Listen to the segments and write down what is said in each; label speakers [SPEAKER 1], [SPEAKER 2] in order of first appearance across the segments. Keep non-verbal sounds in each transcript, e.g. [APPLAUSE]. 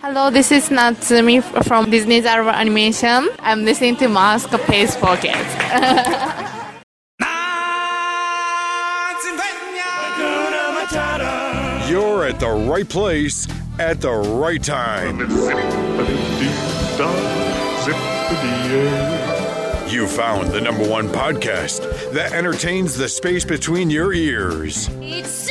[SPEAKER 1] Hello, this is Natsumi f- from Disney's Arrow Animation. I'm listening to Mask Pace for Kids.
[SPEAKER 2] You're at the right place at the right time. You found the number one podcast that entertains the space between your ears.
[SPEAKER 3] It's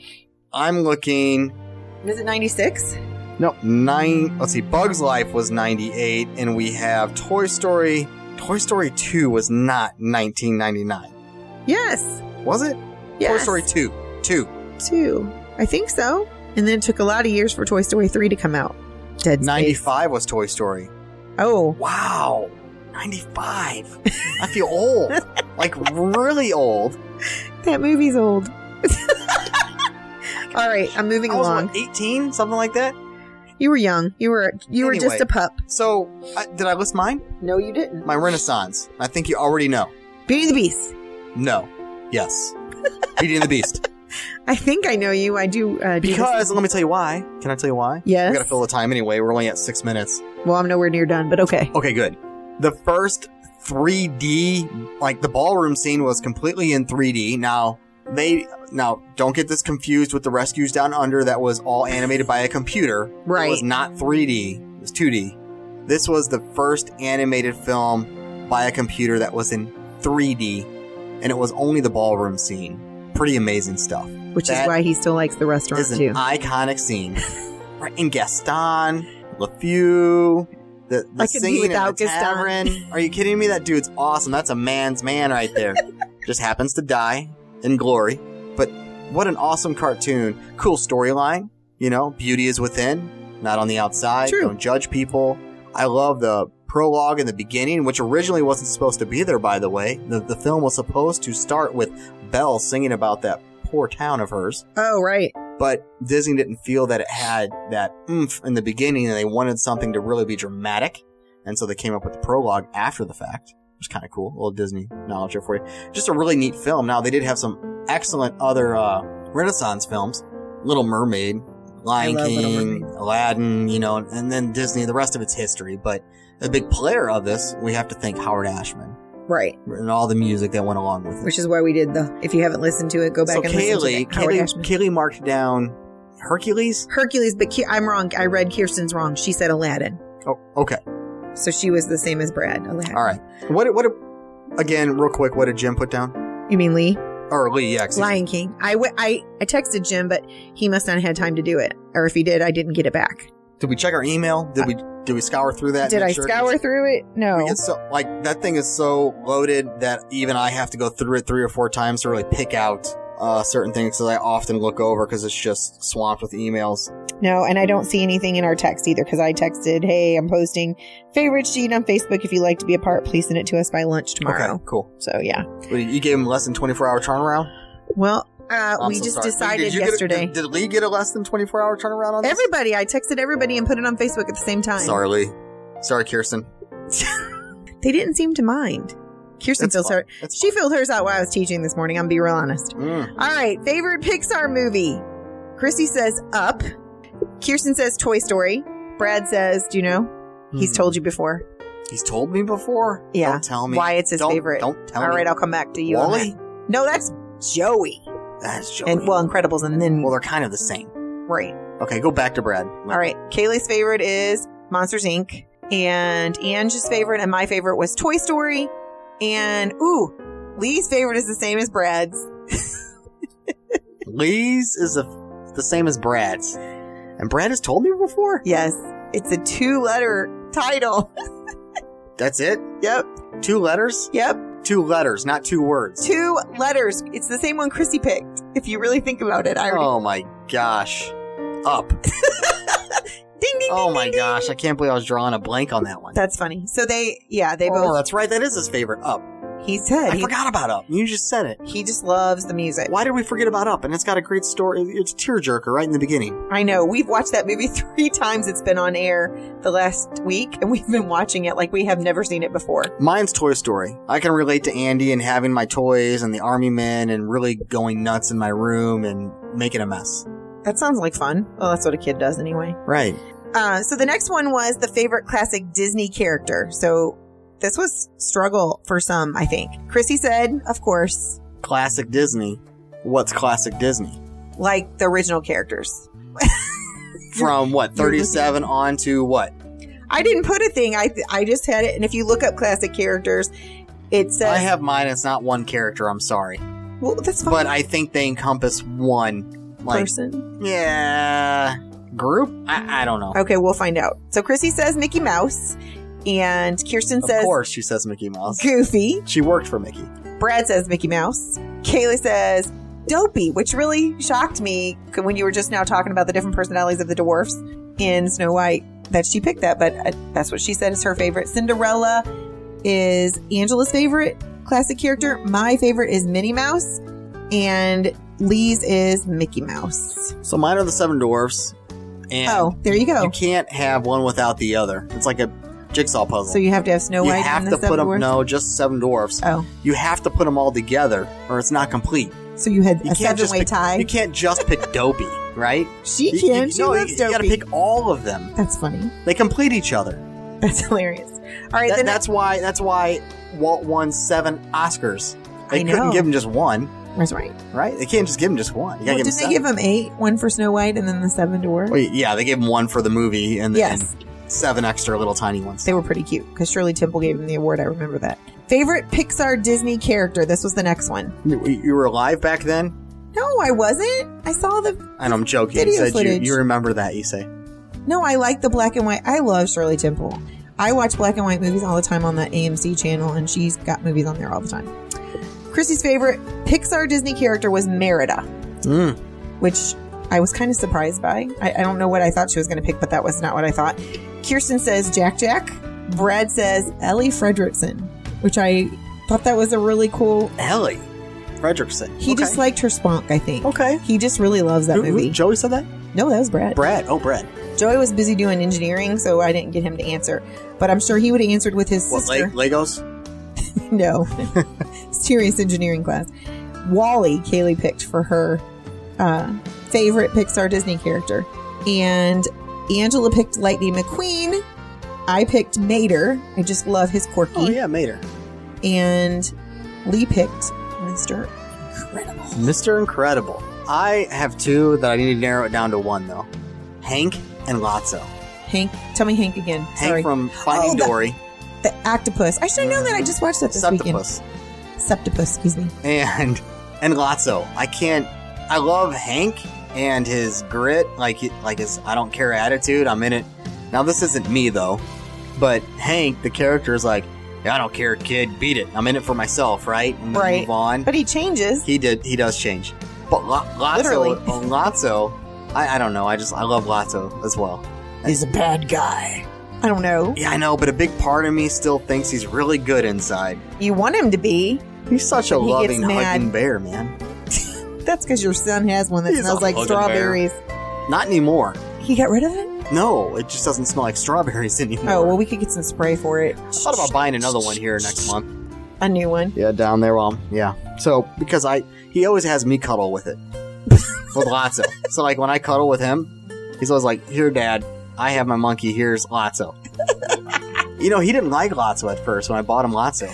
[SPEAKER 4] I'm looking.
[SPEAKER 5] is it ninety six?
[SPEAKER 4] No, nine. Let's see. Bugs Life was 98, and we have Toy Story. Toy Story 2 was not 1999.
[SPEAKER 5] Yes.
[SPEAKER 4] Was it? Toy
[SPEAKER 5] Yes.
[SPEAKER 4] Story 2. 2.
[SPEAKER 5] two, I think so. And then it took a lot of years for Toy Story three to come out. Dead Space.
[SPEAKER 4] 95 was Toy Story.
[SPEAKER 5] Oh,
[SPEAKER 4] Wow. 95. I feel old. like really old.
[SPEAKER 5] that movie's old. [LAUGHS] All right, I'm moving
[SPEAKER 4] I was
[SPEAKER 5] along.
[SPEAKER 4] what, 18, something like that.
[SPEAKER 5] You were young. You were you were just
[SPEAKER 4] Anyway.
[SPEAKER 5] a pup.
[SPEAKER 4] So, I, did I list mine?
[SPEAKER 5] No, you didn't.
[SPEAKER 4] My Renaissance. I think you already know.
[SPEAKER 5] Beauty and the Beast.
[SPEAKER 4] No. Yes. Beauty and the Beast.
[SPEAKER 5] I think I know you. I do. Uh, do this-
[SPEAKER 4] Because let me tell you why. Can I tell you why?
[SPEAKER 5] Yes.
[SPEAKER 4] We gotta fill the time anyway. We're only at six minutes.
[SPEAKER 5] well, I'm nowhere near done, but okay.
[SPEAKER 4] Okay, good. The first 3D, like the ballroom scene, was completely in 3D. Now they now don't get this confused with the Rescues Down Under. That was all animated by a computer. It
[SPEAKER 5] Right.
[SPEAKER 4] was not 3D. It was 2D. This was the first animated film by a computer that was in 3D, and it was only the ballroom scene. Pretty amazing stuff.
[SPEAKER 5] Which is
[SPEAKER 4] That
[SPEAKER 5] why he still likes the restaurant
[SPEAKER 4] It's an
[SPEAKER 5] too.
[SPEAKER 4] iconic
[SPEAKER 5] [LAUGHS]
[SPEAKER 4] scene. right, and Gaston, LeFou, the, the
[SPEAKER 5] I could be
[SPEAKER 4] singing
[SPEAKER 5] without
[SPEAKER 4] at the
[SPEAKER 5] Gaston.
[SPEAKER 4] tavern. Are you kidding me? That dude's awesome. That's a man's man right
[SPEAKER 5] [LAUGHS]
[SPEAKER 4] there. Just happens to die in glory. But what an awesome cartoon. Cool storyline. You know, beauty is within, not on the outside.
[SPEAKER 5] True.
[SPEAKER 4] Don't judge people. I love the prologue in the beginning, which originally wasn't supposed to be there, by the way. The, the film was supposed to start with Belle singing about that poor town of hers
[SPEAKER 5] oh, right.
[SPEAKER 4] but Disney didn't feel that it had that oomph in the beginning, and they wanted something to really be dramatic, and so they came up with the prologue after the fact, which is kind of cool. A little Disney knowledge here for you. Just a really neat film. Now they did have some excellent other uh, Renaissance films, Little Mermaid, Lion
[SPEAKER 5] I love Little
[SPEAKER 4] King, Aladdin, you know, and, and then Disney. The rest of its history, but a big player of this, we have to thank Howard Ashman
[SPEAKER 5] Right.
[SPEAKER 4] and all the music that went along with it
[SPEAKER 5] Which is why we did the. If you haven't listened to it, go back
[SPEAKER 4] so
[SPEAKER 5] and
[SPEAKER 4] Kaylee,
[SPEAKER 5] listen to it. Howard
[SPEAKER 4] Kaylee,
[SPEAKER 5] Ashman.
[SPEAKER 4] Kaylee marked down Hercules.
[SPEAKER 5] Hercules, but Ki- I'm wrong. I read Kirsten's wrong. She said Aladdin.
[SPEAKER 4] Oh, okay.
[SPEAKER 5] So she was the same as Brad. Aladdin.
[SPEAKER 4] All right. What? What? Again, real quick. What did Jim put down?
[SPEAKER 5] You mean Lee?
[SPEAKER 4] Or Lee? Yeah. excuse me.
[SPEAKER 5] Lion King. I, w- I, I texted Jim, but he must not have had time to do it. Or if he did, I didn't get it back.
[SPEAKER 4] Did we check our email? Did we? Did we scour through that?
[SPEAKER 5] Did
[SPEAKER 4] Make
[SPEAKER 5] I
[SPEAKER 4] sure-
[SPEAKER 5] scour through it? No.
[SPEAKER 4] It's so, like that thing is so loaded that even I have to go through it three or four times to really pick out uh, certain things that I often look over because it's just swamped with emails.
[SPEAKER 5] No, and I don't see anything in our text either because I texted, hey, I'm posting favorite sheet on Facebook. If you'd like to be a part, please send it to us by lunch tomorrow.
[SPEAKER 4] Okay, cool.
[SPEAKER 5] So, yeah.
[SPEAKER 4] Wait, You gave him less than twenty four hour turnaround.
[SPEAKER 5] Well, Uh,
[SPEAKER 4] I'm
[SPEAKER 5] we
[SPEAKER 4] so
[SPEAKER 5] just
[SPEAKER 4] sorry.
[SPEAKER 5] decided
[SPEAKER 4] Did you get a-
[SPEAKER 5] yesterday.
[SPEAKER 4] did, did Lee get a less than 24 hour turnaround on this?
[SPEAKER 5] everybody, I texted everybody and put it on Facebook at the same time.
[SPEAKER 4] Sorry, Lee. Sorry, Kirsten.
[SPEAKER 5] They didn't seem to mind. Kirsten
[SPEAKER 4] That's
[SPEAKER 5] feels
[SPEAKER 4] fine.
[SPEAKER 5] her.
[SPEAKER 4] That's
[SPEAKER 5] She filled hers out while I was teaching this morning. I'm be real honest.
[SPEAKER 4] Mm.
[SPEAKER 5] All right, favorite Pixar movie. Chrissy says Up. Kirsten says Toy Story. Brad says, Do you know? He's
[SPEAKER 4] Hmm.
[SPEAKER 5] told you before.
[SPEAKER 4] He's told me before.
[SPEAKER 5] Yeah.
[SPEAKER 4] Don't tell me.
[SPEAKER 5] Why it's his
[SPEAKER 4] Don't-
[SPEAKER 5] favorite.
[SPEAKER 4] Don't tell
[SPEAKER 5] All
[SPEAKER 4] me.
[SPEAKER 5] right, I'll come back to you. on
[SPEAKER 4] Wally?
[SPEAKER 5] that. No, that's Joey.
[SPEAKER 4] That's Joey.
[SPEAKER 5] And well, Incredibles, and then
[SPEAKER 4] well, they're kind of the same.
[SPEAKER 5] right.
[SPEAKER 4] Okay, go back to Brad.
[SPEAKER 5] All right. Kaylee's favorite is Monsters Inc. And Ange's favorite and my favorite was Toy Story. And ooh, Lee's favorite is the same as Brad's.
[SPEAKER 4] Lee's is a, the same as Brad's. And Brad has told me before?
[SPEAKER 5] Yes, it's a two-letter title. [LAUGHS]
[SPEAKER 4] That's it?
[SPEAKER 5] Yep,
[SPEAKER 4] Two letters?
[SPEAKER 5] yep.
[SPEAKER 4] Two letters, not two words.
[SPEAKER 5] Two letters. It's the same one Chrissy picked. If you really think about it, I already
[SPEAKER 4] Oh my gosh. Up.
[SPEAKER 5] ding ding.
[SPEAKER 4] Oh
[SPEAKER 5] ding,
[SPEAKER 4] my
[SPEAKER 5] ding, ding.
[SPEAKER 4] gosh. I can't believe I was drawing a blank on that one.
[SPEAKER 5] That's funny. So they, yeah, they
[SPEAKER 4] Oh,
[SPEAKER 5] both.
[SPEAKER 4] that's right. That is his favorite. Up.
[SPEAKER 5] He said
[SPEAKER 4] I
[SPEAKER 5] he,
[SPEAKER 4] forgot about Up. You just said it.
[SPEAKER 5] he just loves the music.
[SPEAKER 4] Why did we forget about Up? And it's got a great story. It's a tearjerker right in the beginning.
[SPEAKER 5] I know. We've watched that movie [LAUGHS] three times. It's been on air the last week, and we've been watching it like we have never seen it before.
[SPEAKER 4] Mine's Toy Story. I can relate to Andy and having my toys and the army men and really going nuts in my room and making a mess.
[SPEAKER 5] That sounds like fun. Well, that's what a kid does anyway.
[SPEAKER 4] Right.
[SPEAKER 5] Uh, so the next one was the favorite classic Disney character. So this was struggle for some, I think. Chrissy said, of course,
[SPEAKER 4] Classic Disney. What's classic Disney?
[SPEAKER 5] like the original characters.
[SPEAKER 4] From what, 37 on to what?
[SPEAKER 5] I didn't put a thing. I I just had it. And if you look up classic characters, it says.
[SPEAKER 4] I have mine. It's not one character. I'm sorry.
[SPEAKER 5] well, that's fine.
[SPEAKER 4] But I think they encompass one. Like,
[SPEAKER 5] person.
[SPEAKER 4] yeah. Group? I, I don't know.
[SPEAKER 5] Okay, we'll find out. So Chrissy says Mickey Mouse, and Kirsten
[SPEAKER 4] Of
[SPEAKER 5] says
[SPEAKER 4] course, she says Mickey Mouse.
[SPEAKER 5] Goofy.
[SPEAKER 4] She worked for Mickey.
[SPEAKER 5] Brad says Mickey Mouse. Kayla says Dopey, which really shocked me when you were just now talking about the different personalities of the dwarfs in Snow White that she picked that, but uh, that's what she said is her favorite. Cinderella is Angela's favorite classic character. My favorite is Minnie Mouse, and Lee's is Mickey Mouse.
[SPEAKER 4] So mine are the seven dwarfs. And
[SPEAKER 5] Oh, there you
[SPEAKER 4] you
[SPEAKER 5] go.
[SPEAKER 4] can't have one without the other. It's like a jigsaw puzzle.
[SPEAKER 5] So you have to have Snow
[SPEAKER 4] You
[SPEAKER 5] White
[SPEAKER 4] have to
[SPEAKER 5] and the
[SPEAKER 4] put
[SPEAKER 5] Seven
[SPEAKER 4] them.
[SPEAKER 5] Dwarfs.
[SPEAKER 4] No, just seven dwarfs.
[SPEAKER 5] Oh,
[SPEAKER 4] You have to put them all together, or it's not complete.
[SPEAKER 5] so you had
[SPEAKER 4] You
[SPEAKER 5] a
[SPEAKER 4] can't just
[SPEAKER 5] seven-way
[SPEAKER 4] pick, You
[SPEAKER 5] tie.
[SPEAKER 4] can't just pick Dopey, right?
[SPEAKER 5] She
[SPEAKER 4] You-
[SPEAKER 5] can.
[SPEAKER 4] You,
[SPEAKER 5] She
[SPEAKER 4] no,
[SPEAKER 5] loves
[SPEAKER 4] you, you gotta
[SPEAKER 5] Dopey.
[SPEAKER 4] pick all of them.
[SPEAKER 5] That's funny.
[SPEAKER 4] They complete each other.
[SPEAKER 5] That's hilarious. All right,
[SPEAKER 4] That-
[SPEAKER 5] then
[SPEAKER 4] that's why. That's why Walt won seven Oscars. They
[SPEAKER 5] I
[SPEAKER 4] couldn't
[SPEAKER 5] know.
[SPEAKER 4] give him just one,
[SPEAKER 5] That's right.
[SPEAKER 4] right? They can't just give him just one. You gotta
[SPEAKER 5] Well,
[SPEAKER 4] give him
[SPEAKER 5] didn't they give
[SPEAKER 4] seven.
[SPEAKER 5] him eight? One for Snow White and then the seven door.
[SPEAKER 4] Well, yeah, they gave him one for the movie, and then
[SPEAKER 5] yes,
[SPEAKER 4] seven extra little tiny ones.
[SPEAKER 5] they were pretty cute because Shirley Temple gave him the award. I remember that. Favorite Pixar Disney character. This was the next one.
[SPEAKER 4] You, you were alive back then,
[SPEAKER 5] No, I wasn't. I saw the.
[SPEAKER 4] and I'm joking. You
[SPEAKER 5] Video
[SPEAKER 4] said you,
[SPEAKER 5] footage.
[SPEAKER 4] you remember that. You say
[SPEAKER 5] No, I like the black and white. I love Shirley Temple. I watch black and white movies all the time on that AMC channel, and she's got movies on there all the time. Chrissy's favorite Pixar Disney character was Merida,
[SPEAKER 4] Mm.
[SPEAKER 5] which I was kind of surprised by. I, I don't know what I thought she was going to pick, but that was not what I thought. Kirsten says Jack Jack. Brad says Ellie Fredrickson, which I thought that was a really cool.
[SPEAKER 4] Ellie Fredrickson.
[SPEAKER 5] He
[SPEAKER 4] Okay.
[SPEAKER 5] just liked her spunk, I think.
[SPEAKER 4] okay.
[SPEAKER 5] He just really loves that
[SPEAKER 4] Who- who-
[SPEAKER 5] movie.
[SPEAKER 4] Joey said that.
[SPEAKER 5] no, that was Brad.
[SPEAKER 4] Brad. Oh, Brad.
[SPEAKER 5] Joey was busy doing engineering, so I didn't get him to answer. But I'm sure he would have answered with his
[SPEAKER 4] What
[SPEAKER 5] sister.
[SPEAKER 4] Le- Legos?
[SPEAKER 5] [LAUGHS] no, serious engineering class. Wally, Kaylee picked for her uh, favorite Pixar Disney character, and Angela picked Lightning McQueen. I picked Mater. I just love his quirky.
[SPEAKER 4] Oh yeah, Mater.
[SPEAKER 5] And Lee picked Mister Incredible.
[SPEAKER 4] Mr. Incredible. I have two that I need to narrow it down to one though. Hank and Lotso.
[SPEAKER 5] Hank, tell me Hank again. Sorry,
[SPEAKER 4] Hank from Finding
[SPEAKER 5] Oh, that-
[SPEAKER 4] Dory,
[SPEAKER 5] the octopus. I should know that. I just watched that this weekend.
[SPEAKER 4] Septipus,
[SPEAKER 5] Septipus, excuse me.
[SPEAKER 4] and and Lotso. I can't. I love Hank and his grit, like he- like his I don't care attitude. I'm in it. Now this isn't me though, but Hank, the character, is like, I don't care, kid, beat it. I'm in it for myself, right? And then
[SPEAKER 5] Right.
[SPEAKER 4] Move on.
[SPEAKER 5] But he changes.
[SPEAKER 4] He did. He does change. But Lo- Lotso, uh,
[SPEAKER 5] Literally.
[SPEAKER 4] Lotso, I, I don't know. I just I love Lotso as well.
[SPEAKER 5] He's a bad guy. I don't know.
[SPEAKER 4] Yeah, I know. But a big part of me still thinks he's really good inside.
[SPEAKER 5] You want him to be.
[SPEAKER 4] He's such a
[SPEAKER 5] He gets
[SPEAKER 4] loving,
[SPEAKER 5] mad.
[SPEAKER 4] hugging bear, man.
[SPEAKER 5] that's because your son has one that
[SPEAKER 4] He's
[SPEAKER 5] smells
[SPEAKER 4] a
[SPEAKER 5] like
[SPEAKER 3] hugger
[SPEAKER 5] strawberries.
[SPEAKER 4] Not anymore.
[SPEAKER 5] He got rid of it?
[SPEAKER 4] No, it just doesn't smell like strawberries [LAUGHS] anymore.
[SPEAKER 5] Oh, well, we could get some spray for it.
[SPEAKER 4] I thought about buying another one here next month.
[SPEAKER 5] A new one. [LAUGHS]
[SPEAKER 4] Yeah, down there. Well, yeah. So because I, he always has me cuddle
[SPEAKER 5] [LAUGHS]
[SPEAKER 4] with it, with Lotso. So like when I cuddle with him, he's always like, "Here, Dad, I have my monkey. Here's
[SPEAKER 5] [LAUGHS]
[SPEAKER 4] Lotso." you know, he didn't like Lotso at first when I bought him Lotso.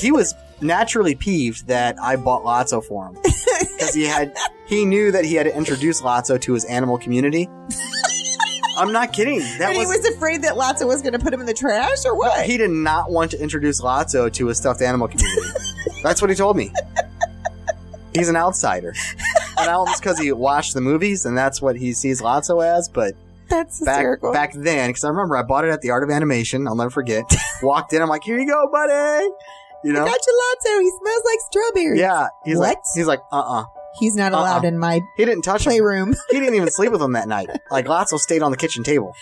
[SPEAKER 4] He was naturally peeved that I bought Lotso for him because he
[SPEAKER 5] [LAUGHS]
[SPEAKER 4] had he knew that he had to introduce Lotso to his animal
[SPEAKER 5] [LAUGHS]
[SPEAKER 4] community. I'm not kidding. That
[SPEAKER 5] and he was afraid that Lotso was going to put him in the trash or what?
[SPEAKER 4] he did not want to introduce Lotso to a stuffed animal
[SPEAKER 5] [LAUGHS]
[SPEAKER 4] community. That's what he told me. He's an outsider. And I don't just because he watched the movies and that's what he sees Lotso as, but
[SPEAKER 5] That's
[SPEAKER 4] back
[SPEAKER 5] hysterical.
[SPEAKER 4] back then, because I remember I bought it at the Art of Animation, I'll never forget. Walked in, I'm like, here you go, buddy. You know?
[SPEAKER 5] Got you, Lotso. He smells like strawberries.
[SPEAKER 4] Yeah. He's like,
[SPEAKER 5] What?
[SPEAKER 4] he's like, uh uh
[SPEAKER 5] He's not allowed
[SPEAKER 4] Uh-uh.
[SPEAKER 5] in my
[SPEAKER 4] He didn't touch him.
[SPEAKER 5] playroom. [LAUGHS]
[SPEAKER 4] He didn't even sleep with him that night. Like, Lotso stayed on the kitchen table.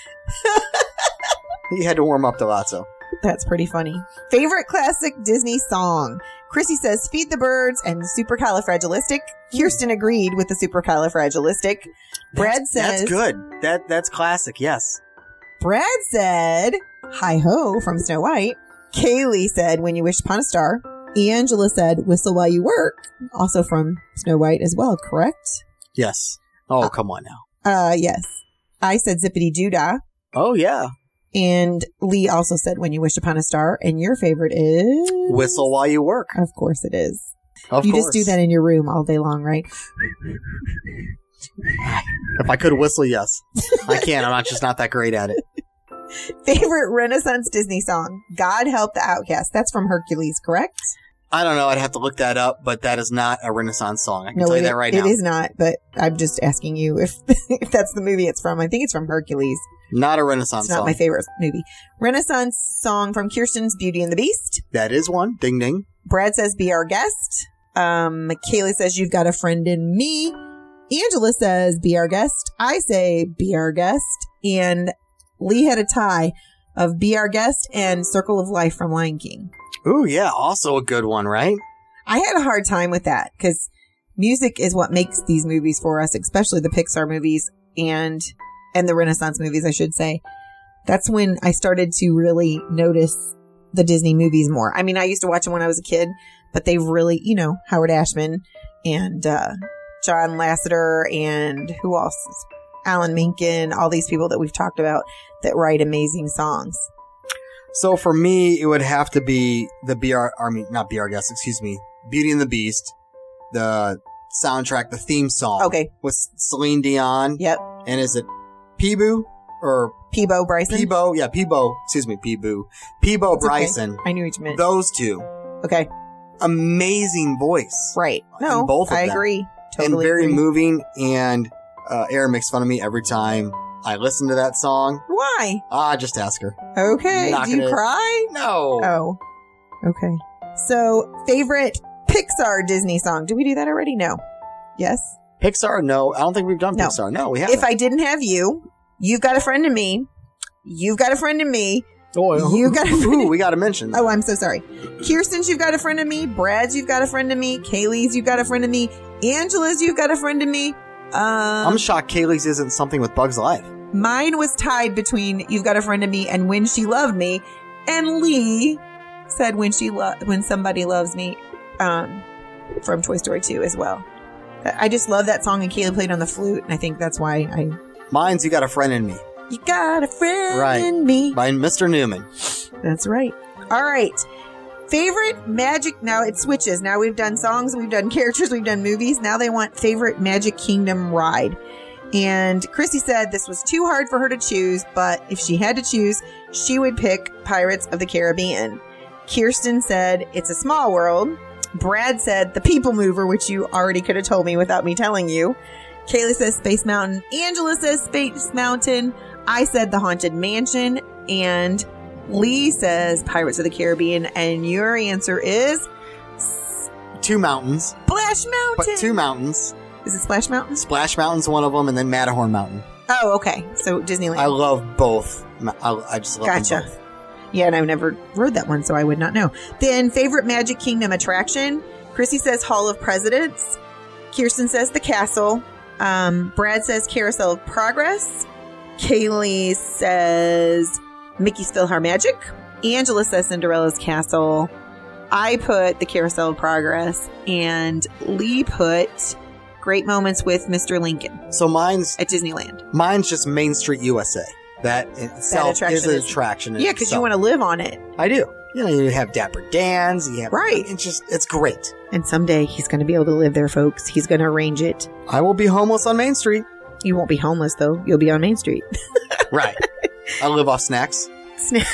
[SPEAKER 4] he had to warm up to Lotso.
[SPEAKER 5] That's pretty funny. Favorite classic Disney song. Chrissy says "Feed the Birds" and "Supercalifragilistic." Kirsten agreed with the "Supercalifragilistic." Brad says,
[SPEAKER 4] Hmm. That's good. That That's classic, yes.
[SPEAKER 5] Brad said, "Hi ho" from Snow White. Kaylee said, "When you wish upon a star." Angela said, "Whistle while you work," also from Snow White as well. Correct?
[SPEAKER 4] Yes. Oh, come on now.
[SPEAKER 5] Uh, yes. I said "Zippity Doodah,"
[SPEAKER 4] Oh, yeah.
[SPEAKER 5] and Lee also said "When you wish upon a star." And your favorite is
[SPEAKER 4] Whistle while you work.
[SPEAKER 5] Of course, it is.
[SPEAKER 4] Of
[SPEAKER 5] you
[SPEAKER 4] course.
[SPEAKER 5] just do that in your room all day long, right?
[SPEAKER 4] If I could whistle, yes.
[SPEAKER 5] [LAUGHS]
[SPEAKER 4] I can. I'm not just not that great at it.
[SPEAKER 5] Favorite Renaissance Disney song? God Help the Outcast. That's from Hercules, correct?
[SPEAKER 4] I don't know. I'd have to look that up, but that is not a Renaissance song. I can tell
[SPEAKER 5] it,
[SPEAKER 4] you that right
[SPEAKER 5] it
[SPEAKER 4] now.
[SPEAKER 5] is not, but I'm just asking you if, [LAUGHS] if that's the movie it's from. I think it's from Hercules.
[SPEAKER 4] Not a Renaissance
[SPEAKER 5] It's not
[SPEAKER 4] song.
[SPEAKER 5] my favorite movie. Renaissance song from Kirsten's Beauty and the Beast.
[SPEAKER 4] that is one. Ding ding.
[SPEAKER 5] Brad says, Be our guest. Um, Kaylee says, You've got a friend in me. Angela says, Be our guest. I say, Be our guest. And Lee had a tie of Be Our Guest and Circle of Life from Lion King.
[SPEAKER 4] Ooh, yeah. Also a good one, right?
[SPEAKER 5] I had a hard time with that because music is what makes these movies for us, especially the Pixar movies and and the Renaissance movies, I should say. That's when I started to really notice the Disney movies more. I mean, I used to watch them when I was a kid, but they've really, you know, Howard Ashman and uh, John Lasseter and who else? Alan Menken, all these people that we've talked about that write amazing songs.
[SPEAKER 4] So for me, it would have to be the BR, I mean, not BR guest, excuse me, Beauty and the Beast, the soundtrack, the theme song.
[SPEAKER 5] Okay.
[SPEAKER 4] With Celine Dion.
[SPEAKER 5] Yep.
[SPEAKER 4] And is it Peebo or
[SPEAKER 5] Peebo Bryson.
[SPEAKER 4] Peebo? Yeah, Peebo. Excuse me, Peebo. Peebo
[SPEAKER 5] It's okay.
[SPEAKER 4] Bryson.
[SPEAKER 5] I knew what you meant.
[SPEAKER 4] Those two.
[SPEAKER 5] Okay.
[SPEAKER 4] amazing voice
[SPEAKER 5] Right.
[SPEAKER 4] In
[SPEAKER 5] No,
[SPEAKER 4] both of
[SPEAKER 5] I
[SPEAKER 4] them.
[SPEAKER 5] agree. Totally.
[SPEAKER 4] and very
[SPEAKER 5] agree.
[SPEAKER 4] moving. And uh, Aaron makes fun of me every time I listen to that song.
[SPEAKER 5] Why?
[SPEAKER 4] Ah, just ask her.
[SPEAKER 5] Okay.
[SPEAKER 4] Not
[SPEAKER 5] Do you
[SPEAKER 4] gonna-
[SPEAKER 5] cry?
[SPEAKER 4] No,
[SPEAKER 5] Oh. Okay. So, favorite Pixar Disney song. Did we do that already? No. Yes.
[SPEAKER 4] Pixar. No, I don't think we've done
[SPEAKER 5] No.
[SPEAKER 4] Pixar. No, we haven't.
[SPEAKER 5] If I didn't have you, you've got a friend in me. You've got a friend in me.
[SPEAKER 4] oh,
[SPEAKER 5] you got a friend
[SPEAKER 4] [LAUGHS] Ooh, we got to mention.
[SPEAKER 5] Oh, I'm so sorry. Kirsten's, you've got a friend in me. Brad's, you've got a friend in me. Kaylee's, you've got a friend in me. Angela's, you've got a friend in me. Um,
[SPEAKER 4] I'm shocked Kaylee's isn't something with Bugs Life.
[SPEAKER 5] Mine was tied between "You've Got a Friend in Me" and "When She Loved Me," and Lee said "When She Lo- When Somebody Loves Me" um, from Toy Story 2 as well. I I just love that song, and Kayla played on the flute, and I think that's why I
[SPEAKER 4] Mine's "You Got a Friend in Me"
[SPEAKER 5] "You Got a Friend
[SPEAKER 4] Right.
[SPEAKER 5] in Me."
[SPEAKER 4] by Mr. Newman.
[SPEAKER 5] That's right. All right. Favorite magic. Now it switches. Now we've done songs, we've done characters, we've done movies. Now they want favorite Magic Kingdom ride. And Chrissy said this was too hard for her to choose, but if she had to choose, she would pick Pirates of the Caribbean. Kirsten said it's a small world. Brad said the People Mover, which you already could have told me without me telling you. Kayla says Space Mountain. Angela says Space Mountain. I said the Haunted Mansion. And Lee says Pirates of the Caribbean, and your answer is
[SPEAKER 4] Two mountains,
[SPEAKER 5] Splash
[SPEAKER 4] but
[SPEAKER 5] Mountain.
[SPEAKER 4] two mountains.
[SPEAKER 5] is it Splash Mountain?
[SPEAKER 4] Splash Mountain's one of them, and then Matterhorn Mountain.
[SPEAKER 5] Oh, okay. So Disneyland.
[SPEAKER 4] I love both. Ma- I, I just love them
[SPEAKER 5] Gotcha.
[SPEAKER 4] both.
[SPEAKER 5] yeah, and I've never rode that one, so I would not know. Then favorite Magic Kingdom attraction. Chrissy says Hall of Presidents. Kirsten says the castle. Um, Brad says Carousel of Progress. Kaylee says Mickey's Philhar Magic. Angela says Cinderella's Castle. I put the Carousel of Progress, and Lee put Great Moments with Mr. Lincoln
[SPEAKER 4] So mine's
[SPEAKER 5] at Disneyland.
[SPEAKER 4] mine's just Main Street USA. That in itself is
[SPEAKER 5] attraction
[SPEAKER 4] an
[SPEAKER 5] is-
[SPEAKER 4] attraction. in
[SPEAKER 5] Yeah, because you
[SPEAKER 4] itself.
[SPEAKER 5] want to live on it,
[SPEAKER 4] I do. You know, you have Dapper Dan's. You have
[SPEAKER 5] Right.
[SPEAKER 4] It's just it's great.
[SPEAKER 5] and someday he's going to be able to live there, folks. He's going to arrange it.
[SPEAKER 4] I will be homeless on Main
[SPEAKER 5] [LAUGHS]
[SPEAKER 4] Street.
[SPEAKER 5] You won't be homeless though. You'll be on Main Street. [LAUGHS]
[SPEAKER 4] Right. I live off snacks.
[SPEAKER 5] Sna-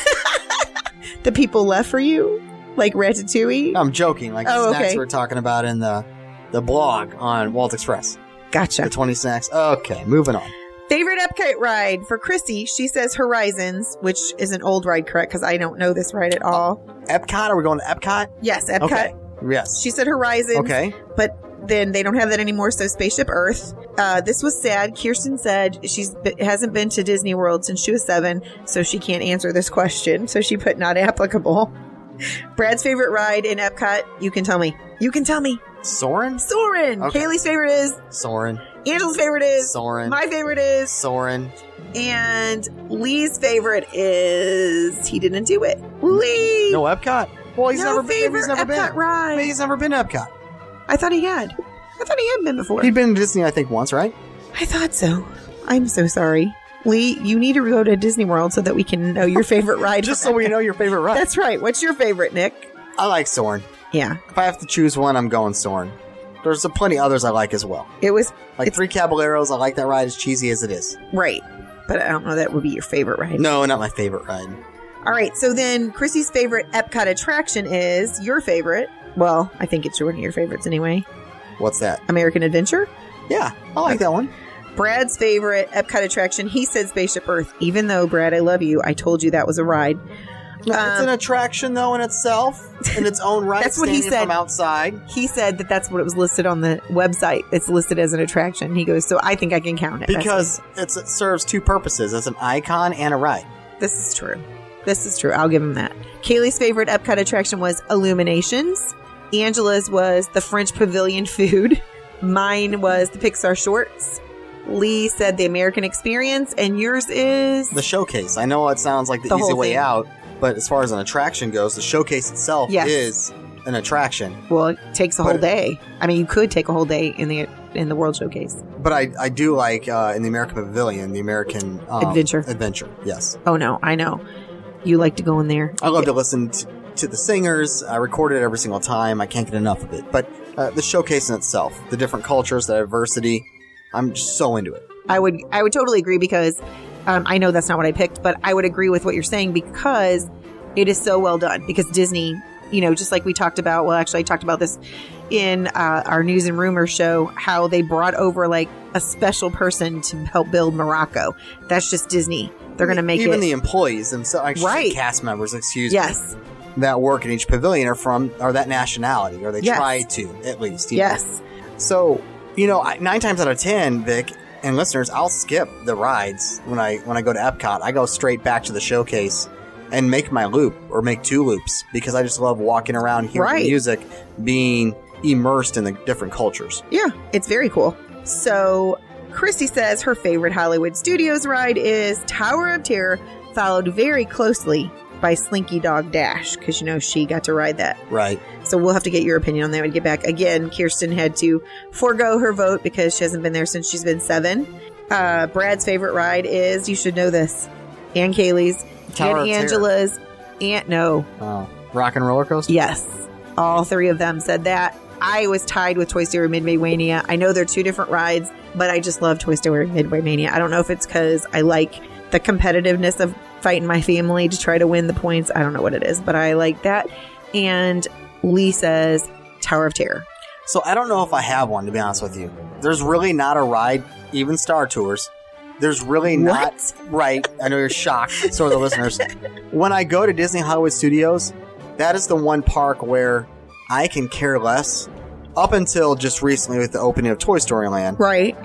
[SPEAKER 5] the people left for you, like Ratatouille.
[SPEAKER 4] No, I'm joking. Like
[SPEAKER 5] Oh,
[SPEAKER 4] the snacks
[SPEAKER 5] okay.
[SPEAKER 4] we we're talking about in the the blog on Walt Express. The
[SPEAKER 5] Gotcha.
[SPEAKER 4] 20 snacks. Okay, moving on.
[SPEAKER 5] Favorite Epcot ride for Chrissy? She says Horizons, which is an old ride, correct? Because I don't know this ride at all.
[SPEAKER 4] Epcot. Are we going to Epcot?
[SPEAKER 5] Yes, Epcot.
[SPEAKER 4] Okay. Yes.
[SPEAKER 5] She said Horizons.
[SPEAKER 4] Okay.
[SPEAKER 5] But then they don't have that anymore. So Spaceship Earth. Uh, this was sad. Kirsten said she's b- hasn't been to Disney World since she was seven, so she can't answer this question. So she put not applicable. [LAUGHS] Brad's favorite ride in Epcot. You can tell me. You can tell me.
[SPEAKER 4] Soren.
[SPEAKER 5] Soren.
[SPEAKER 4] Okay.
[SPEAKER 5] Kaylee's favorite is.
[SPEAKER 4] Soren.
[SPEAKER 5] Angela's favorite is.
[SPEAKER 4] Soren.
[SPEAKER 5] My favorite is.
[SPEAKER 4] Soren.
[SPEAKER 5] And Lee's favorite is. He didn't do it. Lee.
[SPEAKER 4] No Epcot. Well, he's
[SPEAKER 5] No
[SPEAKER 4] never been.
[SPEAKER 5] favorite
[SPEAKER 4] He's never
[SPEAKER 5] Epcot
[SPEAKER 4] been.
[SPEAKER 5] ride.
[SPEAKER 4] Maybe He's never been to Epcot.
[SPEAKER 5] I thought he had. I thought he had been before.
[SPEAKER 4] He'd been to Disney, I think, once, right?
[SPEAKER 5] I thought so. I'm so sorry. Lee, you need to go to Disney World so that we can know your
[SPEAKER 4] [LAUGHS]
[SPEAKER 5] favorite ride.
[SPEAKER 4] Just so we know your favorite ride.
[SPEAKER 5] That's right. What's your favorite, Nick?
[SPEAKER 4] I like Soren.
[SPEAKER 5] Yeah.
[SPEAKER 4] If I have to choose one, I'm going Soren. There's a plenty others I like as well.
[SPEAKER 5] It was
[SPEAKER 4] Like
[SPEAKER 5] It's-
[SPEAKER 4] Three Caballeros, I like that ride as cheesy as it is.
[SPEAKER 5] right. But I don't know that would be your favorite ride.
[SPEAKER 4] No, not my favorite ride.
[SPEAKER 5] All right. So then Chrissy's favorite Epcot attraction is your favorite. Well, I think it's one of your favorites anyway.
[SPEAKER 4] What's that?
[SPEAKER 5] American Adventure.
[SPEAKER 4] Yeah, I like that
[SPEAKER 5] Um,
[SPEAKER 4] one.
[SPEAKER 5] Brad's favorite Epcot attraction, he said Spaceship Earth. Even though, Brad, I love you, I told you that was a ride.
[SPEAKER 4] it's
[SPEAKER 5] Um,
[SPEAKER 4] an attraction though in itself, in its own right.
[SPEAKER 5] [LAUGHS] That's what he
[SPEAKER 4] standing From
[SPEAKER 5] said.
[SPEAKER 4] outside,
[SPEAKER 5] He said that that's what it was listed on the website. It's listed as an attraction. He goes, so I think I can count it. That's-
[SPEAKER 4] because it's, it serves two purposes: as an icon and a ride.
[SPEAKER 5] this is true. This is true. I'll give him that. Kaylee's favorite Epcot attraction was Illuminations. Angela's was the French Pavilion food. [LAUGHS] Mine was the Pixar shorts. Lee said the American Experience, and yours is
[SPEAKER 4] The showcase. I know it sounds like the,
[SPEAKER 5] The
[SPEAKER 4] easy
[SPEAKER 5] whole
[SPEAKER 4] way
[SPEAKER 5] thing.
[SPEAKER 4] out, but as far as an attraction goes, the showcase itself
[SPEAKER 5] Yes.
[SPEAKER 4] is an attraction.
[SPEAKER 5] Well, it takes a
[SPEAKER 4] But-
[SPEAKER 5] whole day. I mean, you could take a whole day in the in the World Showcase.
[SPEAKER 4] But I, I do like uh, in the American Pavilion, the American um,
[SPEAKER 5] Adventure.
[SPEAKER 4] Adventure, yes.
[SPEAKER 5] Oh no, I know. You like to go in there.
[SPEAKER 4] I love to listen t- to the singers. I record it every single time. I can't get enough of it. But uh, the showcase in itself, the different cultures, the diversity, I'm just so into it.
[SPEAKER 5] I would I would totally agree because um, I know that's not what I picked, but I would agree with what you're saying because it is so well done. Because Disney, you know, just like we talked about. Well, actually, I talked about this in uh, our news and rumor show how they brought over like a special person to help build Morocco. That's just Disney. They're going to make
[SPEAKER 4] E- even
[SPEAKER 5] it.
[SPEAKER 4] the employees themselves, right?
[SPEAKER 5] Right.
[SPEAKER 4] Cast members, excuse
[SPEAKER 5] yes,
[SPEAKER 4] me, that work in each pavilion are from are that nationality, or they
[SPEAKER 5] Yes.
[SPEAKER 4] try to at least. you know.
[SPEAKER 5] yes.
[SPEAKER 4] So you know, I, nine times out of ten, Vic and listeners, I'll skip the rides when I when I go to Epcot. I go straight back to the showcase and make my loop or make two loops because I just love walking around hearing
[SPEAKER 5] Right.
[SPEAKER 4] music, being immersed in the different cultures.
[SPEAKER 5] Yeah, it's very cool. So, Christy says her favorite Hollywood Studios ride is Tower of Terror, followed very closely by Slinky Dog Dash, because you know she got to ride that.
[SPEAKER 4] Right.
[SPEAKER 5] So, we'll have to get your opinion on that when we get back. Again, Kirsten had to forego her vote because she hasn't been there since she's been seven. Uh, Brad's favorite ride is, you should know this, Ann Kaylee's,
[SPEAKER 4] Tower of
[SPEAKER 5] and
[SPEAKER 4] Terror.
[SPEAKER 5] Angela's, and no,
[SPEAKER 4] Oh, rock and roller coaster.
[SPEAKER 5] Yes. All three of them said that. I was tied with Toy Story Midway Mania. I know they're two different rides, but I just love Toy Story Midway Mania. I don't know if it's because I like the competitiveness of fighting my family to try to win the points. I don't know what it is, but I like that. And Lee says Tower of Terror.
[SPEAKER 4] So I don't know if I have one to be honest with you. There's really not a ride, even Star Tours. There's really not right. I know you're shocked, so are the listeners. When I go to Disney Hollywood Studios, that is the one park where I can care less. Up until just recently with the opening of Toy Story Land,
[SPEAKER 5] Right.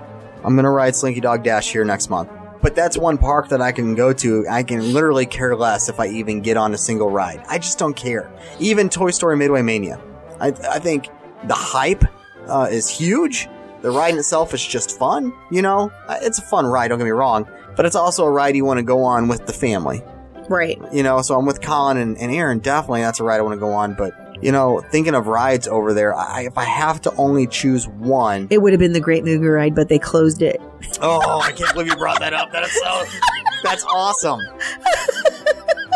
[SPEAKER 4] I'm gonna ride Slinky Dog Dash here next month. But that's one park that I can go to. I can literally care less if I even get on a single ride. I just don't care. Even Toy Story Midway Mania. I, I think the hype uh, is huge, The ride in itself is just fun, you know? Uh, It's a fun ride, don't get me wrong, but it's also a ride you want to go on with the family,
[SPEAKER 5] Right.
[SPEAKER 4] you know? So I'm with Colin and, and Aaron, definitely that's a ride I want to go on, but, you know, thinking of rides over there, I, if I have to only choose one,
[SPEAKER 3] It would have been the great movie ride, but they closed it.
[SPEAKER 4] Oh, I can't believe you brought that up. That is so. [LAUGHS] That's awesome.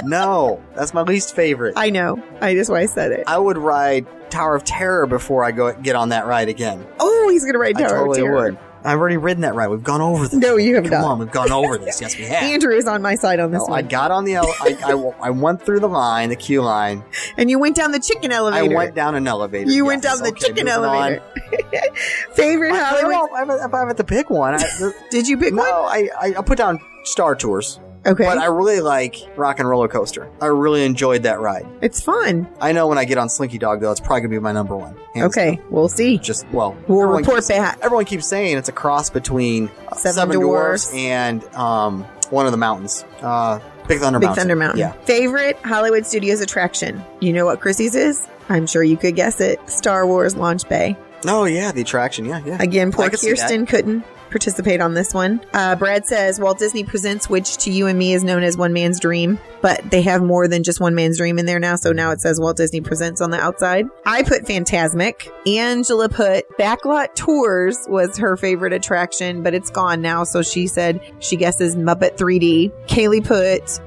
[SPEAKER 4] No, that's my least favorite. I,
[SPEAKER 5] I know. I just why I said it.
[SPEAKER 4] would ride Tower of Terror before I go get on that ride again.
[SPEAKER 5] Oh, he's gonna write
[SPEAKER 4] I
[SPEAKER 5] Tower of
[SPEAKER 4] totally
[SPEAKER 5] Terror.
[SPEAKER 4] would. I've already ridden that ride. We've gone over this.
[SPEAKER 5] No, you have
[SPEAKER 4] Come
[SPEAKER 5] not.
[SPEAKER 4] on, we've gone over this. Yes, we
[SPEAKER 5] [LAUGHS]
[SPEAKER 4] have.
[SPEAKER 5] Andrew is on my side on this
[SPEAKER 4] No, I
[SPEAKER 5] one.
[SPEAKER 4] got on the. Ele- I, I, I went through the line, the queue line.
[SPEAKER 5] and you went down the chicken elevator.
[SPEAKER 4] I went down an elevator.
[SPEAKER 5] You went
[SPEAKER 4] Yes,
[SPEAKER 5] down the
[SPEAKER 4] okay,
[SPEAKER 5] chicken
[SPEAKER 4] moving on.
[SPEAKER 5] elevator. [LAUGHS] Favorite
[SPEAKER 4] I, I don't
[SPEAKER 5] Hollywood?
[SPEAKER 4] know if I- if I have to pick one. I,
[SPEAKER 5] Did you [LAUGHS] pick
[SPEAKER 4] no,
[SPEAKER 5] one?
[SPEAKER 4] I, I I put down Star Tours.
[SPEAKER 5] Okay,
[SPEAKER 4] But I really like Rock and Roller Coaster. I really enjoyed that ride.
[SPEAKER 5] it's fun.
[SPEAKER 4] I know when I get on Slinky Dog though, it's probably gonna be my number one. Hands
[SPEAKER 5] Okay,
[SPEAKER 4] down.
[SPEAKER 5] we'll see.
[SPEAKER 4] Just well,
[SPEAKER 5] We'll
[SPEAKER 4] everyone
[SPEAKER 5] report
[SPEAKER 4] keeps,
[SPEAKER 5] back.
[SPEAKER 4] Everyone keeps saying it's a cross between uh,
[SPEAKER 5] Seven
[SPEAKER 4] Dwarfs
[SPEAKER 5] Dwarfs.
[SPEAKER 4] and um one of the mountains, uh, Big Thunder
[SPEAKER 5] Big
[SPEAKER 4] Mountain.
[SPEAKER 5] Thunder Mountain.
[SPEAKER 4] Yeah.
[SPEAKER 5] Favorite Hollywood Studios attraction? You know what Chrissy's is? I'm sure you could guess it. Star Wars Launch Bay.
[SPEAKER 4] Oh yeah, the attraction. Yeah, yeah.
[SPEAKER 5] Again,
[SPEAKER 4] Oh, I
[SPEAKER 5] poor
[SPEAKER 4] could see that.
[SPEAKER 5] Kirsten couldn't participate on this one. Uh, Brad says Walt Disney Presents, which to you and me is known as One Man's Dream, but they have more than just One Man's Dream in there now. So now it says Walt Disney Presents on the outside. I put Phantasmic. Angela put Backlot Tours was her favorite attraction, but it's gone now. So she said she guesses Muppet 3D. Kaylee put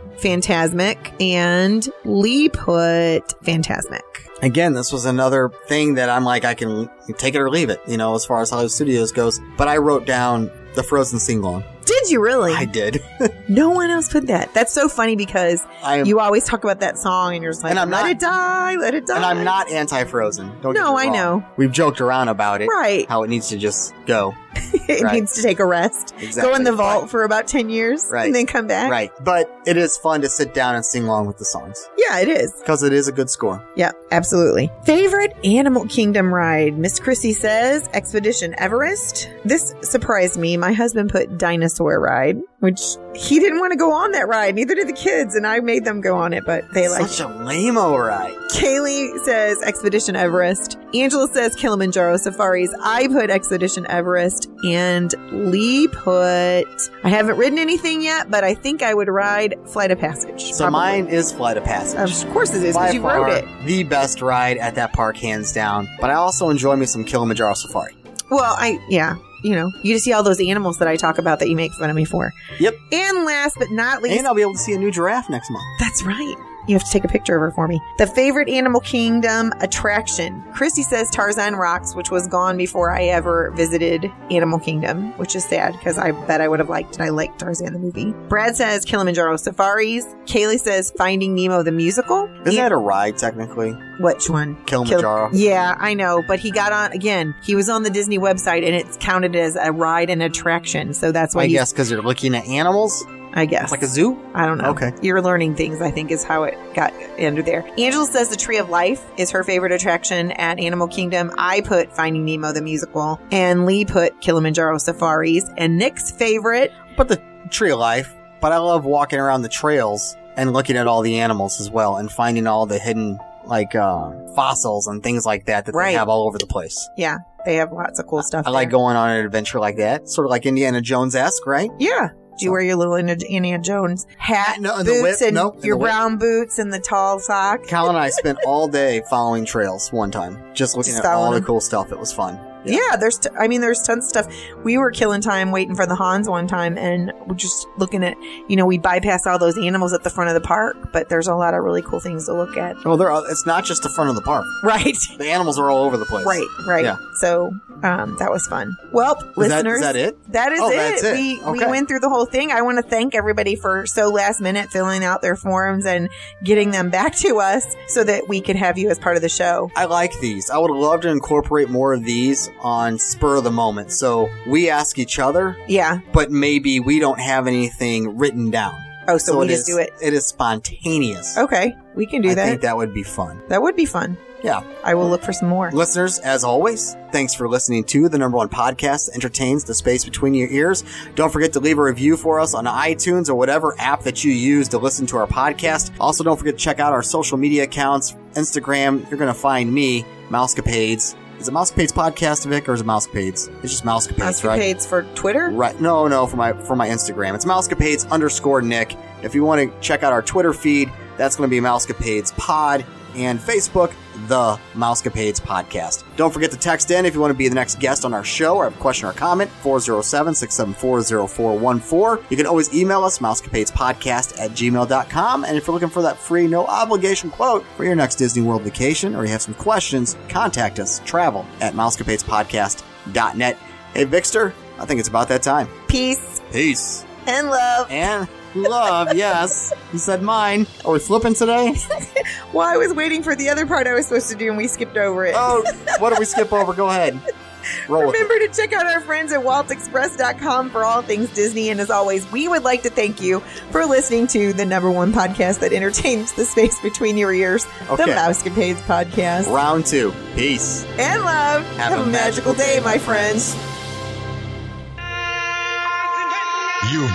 [SPEAKER 5] Phantasmic and Lee put Phantasmic.
[SPEAKER 4] Again, this was another thing that I'm like, I can take it or leave it. You know, as far as Hollywood Studios goes. But I wrote down the Frozen sing along.
[SPEAKER 5] Did you really?
[SPEAKER 4] I did.
[SPEAKER 5] no one else put that. That's so funny because
[SPEAKER 4] I am,
[SPEAKER 5] you always talk about that song and you're just like,
[SPEAKER 4] And I'm
[SPEAKER 5] let
[SPEAKER 4] not-
[SPEAKER 5] it die, let it die.
[SPEAKER 4] and I'm not anti-Frozen. Don't get
[SPEAKER 5] No,
[SPEAKER 4] me
[SPEAKER 5] I
[SPEAKER 4] wrong.
[SPEAKER 5] know.
[SPEAKER 4] We've joked around about it.
[SPEAKER 5] [LAUGHS] Right.
[SPEAKER 4] How it needs to just go.
[SPEAKER 5] [LAUGHS] it
[SPEAKER 4] Right.
[SPEAKER 5] needs to take a rest.
[SPEAKER 4] Exactly.
[SPEAKER 5] Go in the vault
[SPEAKER 4] Right.
[SPEAKER 5] for about 10 years
[SPEAKER 4] Right.
[SPEAKER 5] and then come back.
[SPEAKER 4] Right. But it is fun to sit down and sing along with the songs
[SPEAKER 5] Yeah, it is.
[SPEAKER 4] because it is a good score.
[SPEAKER 5] Yeah, absolutely. Favorite Animal Kingdom ride? Miss Chrissy says Expedition Everest. This surprised me. My husband put Dinosaur Ride, which he didn't want to go on that ride. Neither did the kids. And I made them go on it, but they like
[SPEAKER 4] Such a lame o ride.
[SPEAKER 5] Kaylee says Expedition Everest. Angela says Kilimanjaro Safaris. I put Expedition Everest. And Lee put, I haven't ridden anything yet, but I think I would ride Flight of Passage.
[SPEAKER 4] So
[SPEAKER 5] probably.
[SPEAKER 4] mine is Flight of Passage.
[SPEAKER 5] Of course it is,
[SPEAKER 4] By
[SPEAKER 5] because you
[SPEAKER 4] far,
[SPEAKER 5] wrote it.
[SPEAKER 4] The best ride at that park, hands down. But I also enjoy me some Kilimanjaro Safari.
[SPEAKER 5] Well, I, yeah. You know, you just see all those animals that I talk about that you make fun of me for.
[SPEAKER 4] Yep.
[SPEAKER 5] And last but not least,
[SPEAKER 4] And I'll be able to see a new giraffe next month.
[SPEAKER 5] That's right. You have to take a picture of her for me. The favorite Animal Kingdom attraction. Chrissy says Tarzan Rocks, which was gone before I ever visited Animal Kingdom, which is sad because I bet I would have liked and I liked Tarzan the movie. Brad says Kilimanjaro Safaris. Kaylee says Finding Nemo the musical.
[SPEAKER 4] Isn't that a ride, technically?
[SPEAKER 5] And- which one?
[SPEAKER 4] Kilimanjaro.
[SPEAKER 5] Kil- yeah, I know, but he got on again. He was on the Disney website and it's counted as a ride and attraction, so that's why
[SPEAKER 4] I
[SPEAKER 5] he's-
[SPEAKER 4] guess because you're looking at animals.
[SPEAKER 5] I guess
[SPEAKER 4] It's like a zoo.
[SPEAKER 5] I don't know.
[SPEAKER 4] Okay.
[SPEAKER 5] You're learning things, I think, is how it got under there. Angela says the Tree of Life is her favorite attraction at Animal Kingdom. I put Finding Nemo the musical, and Lee put Kilimanjaro Safaris, and Nick's favorite.
[SPEAKER 4] But the tree of life. But I love walking around the trails and looking at all the animals as well and finding all the hidden like uh, fossils and things like that that
[SPEAKER 5] Right.
[SPEAKER 4] they have all over the place.
[SPEAKER 5] Yeah, they have lots of cool stuff.
[SPEAKER 4] I like
[SPEAKER 5] there.
[SPEAKER 4] going on an adventure like that, sort of like Indiana Jones esque, right?
[SPEAKER 5] Yeah. Do you wear your little Indiana- Indiana Jones hat,
[SPEAKER 4] No, and the
[SPEAKER 5] boots,
[SPEAKER 4] whip.
[SPEAKER 5] and
[SPEAKER 4] Nope, and
[SPEAKER 5] your
[SPEAKER 4] the whip.
[SPEAKER 5] brown boots and the tall sock?
[SPEAKER 4] Cal and I spent
[SPEAKER 5] [LAUGHS]
[SPEAKER 4] all day following trails one time, just looking
[SPEAKER 5] Just
[SPEAKER 4] at all
[SPEAKER 5] following
[SPEAKER 4] the
[SPEAKER 5] them.
[SPEAKER 4] cool stuff. It was fun.
[SPEAKER 5] Yeah, there's. T- I mean, there's tons of stuff. We were killing time waiting for the Hans one time, and we're just looking at. You know, we bypass all those animals at the front of the park, but there's a lot of really cool things to look at. [LAUGHS]
[SPEAKER 4] Well, there are, it's not just the front of the park.
[SPEAKER 5] Right,
[SPEAKER 4] The animals are all over the place.
[SPEAKER 5] right, right.
[SPEAKER 4] Yeah.
[SPEAKER 5] So um, that was fun. Well,
[SPEAKER 4] Is that-
[SPEAKER 5] listeners,
[SPEAKER 4] is that it?
[SPEAKER 5] That is
[SPEAKER 4] Oh,
[SPEAKER 5] it.
[SPEAKER 4] that's it.
[SPEAKER 5] We we
[SPEAKER 4] Okay.
[SPEAKER 5] went through the whole thing. I want to thank everybody for so last minute filling out their forms and getting them back to us so that we could have you as part of the show.
[SPEAKER 4] I like these. I would love to incorporate more of these on spur of the moment. So we ask each other
[SPEAKER 5] Yeah.
[SPEAKER 4] but maybe we don't have anything written down.
[SPEAKER 5] Oh, so, we
[SPEAKER 4] it
[SPEAKER 5] just
[SPEAKER 4] is-
[SPEAKER 5] do it.
[SPEAKER 4] It is spontaneous.
[SPEAKER 5] Okay, we can do
[SPEAKER 4] I
[SPEAKER 5] that.
[SPEAKER 4] think that would be fun.
[SPEAKER 5] That would be fun.
[SPEAKER 4] Yeah.
[SPEAKER 5] I will look for some more.
[SPEAKER 4] Listeners, as always, thanks for listening to the number one podcast that entertains the space between your ears. Don't forget to leave a review for us on iTunes or whatever app that you use to listen to our podcast. Also, don't forget to check out our social media accounts. Instagram, you're going to find me, Mousecapades. Is it Mousecapades Podcast, Vic, or is it Mousecapades? It's just Mousecapades, right?
[SPEAKER 5] Escapades for Twitter.
[SPEAKER 4] Right. No, no, for my for my Instagram. It's mousecapades underscore Nick. If you want to check out our Twitter feed, that's going to be mousecapades pod and Facebook, the mousecapades podcast. Don't forget to text in if you want to be the next guest on our show or have a question or comment, 407-674-0414. You can always email us, mousecapadespodcast at gmail.com. And if you're looking for that free, no obligation quote for your next Disney World vacation or you have some questions, contact us, travel at mousecapadespodcast.net. Hey, Vixter, I think it's about that time.
[SPEAKER 5] Peace
[SPEAKER 4] Peace.
[SPEAKER 5] and love.
[SPEAKER 4] And love, [LAUGHS] yes. You said mine. Are we flipping today?
[SPEAKER 5] Well, I was waiting for the other part I was supposed to do, and we skipped over it.
[SPEAKER 4] Oh, what did we skip over? Go ahead. Roll with it.
[SPEAKER 5] Remember to check out our friends at waltexpress.com for all things Disney. And as always, we would like to thank you for listening to the number one podcast that entertains the space between your ears,
[SPEAKER 4] Okay.
[SPEAKER 5] the Mousecapades podcast.
[SPEAKER 4] Round two. Peace.
[SPEAKER 5] And love.
[SPEAKER 4] Have a magical
[SPEAKER 5] day, my friends.
[SPEAKER 2] You've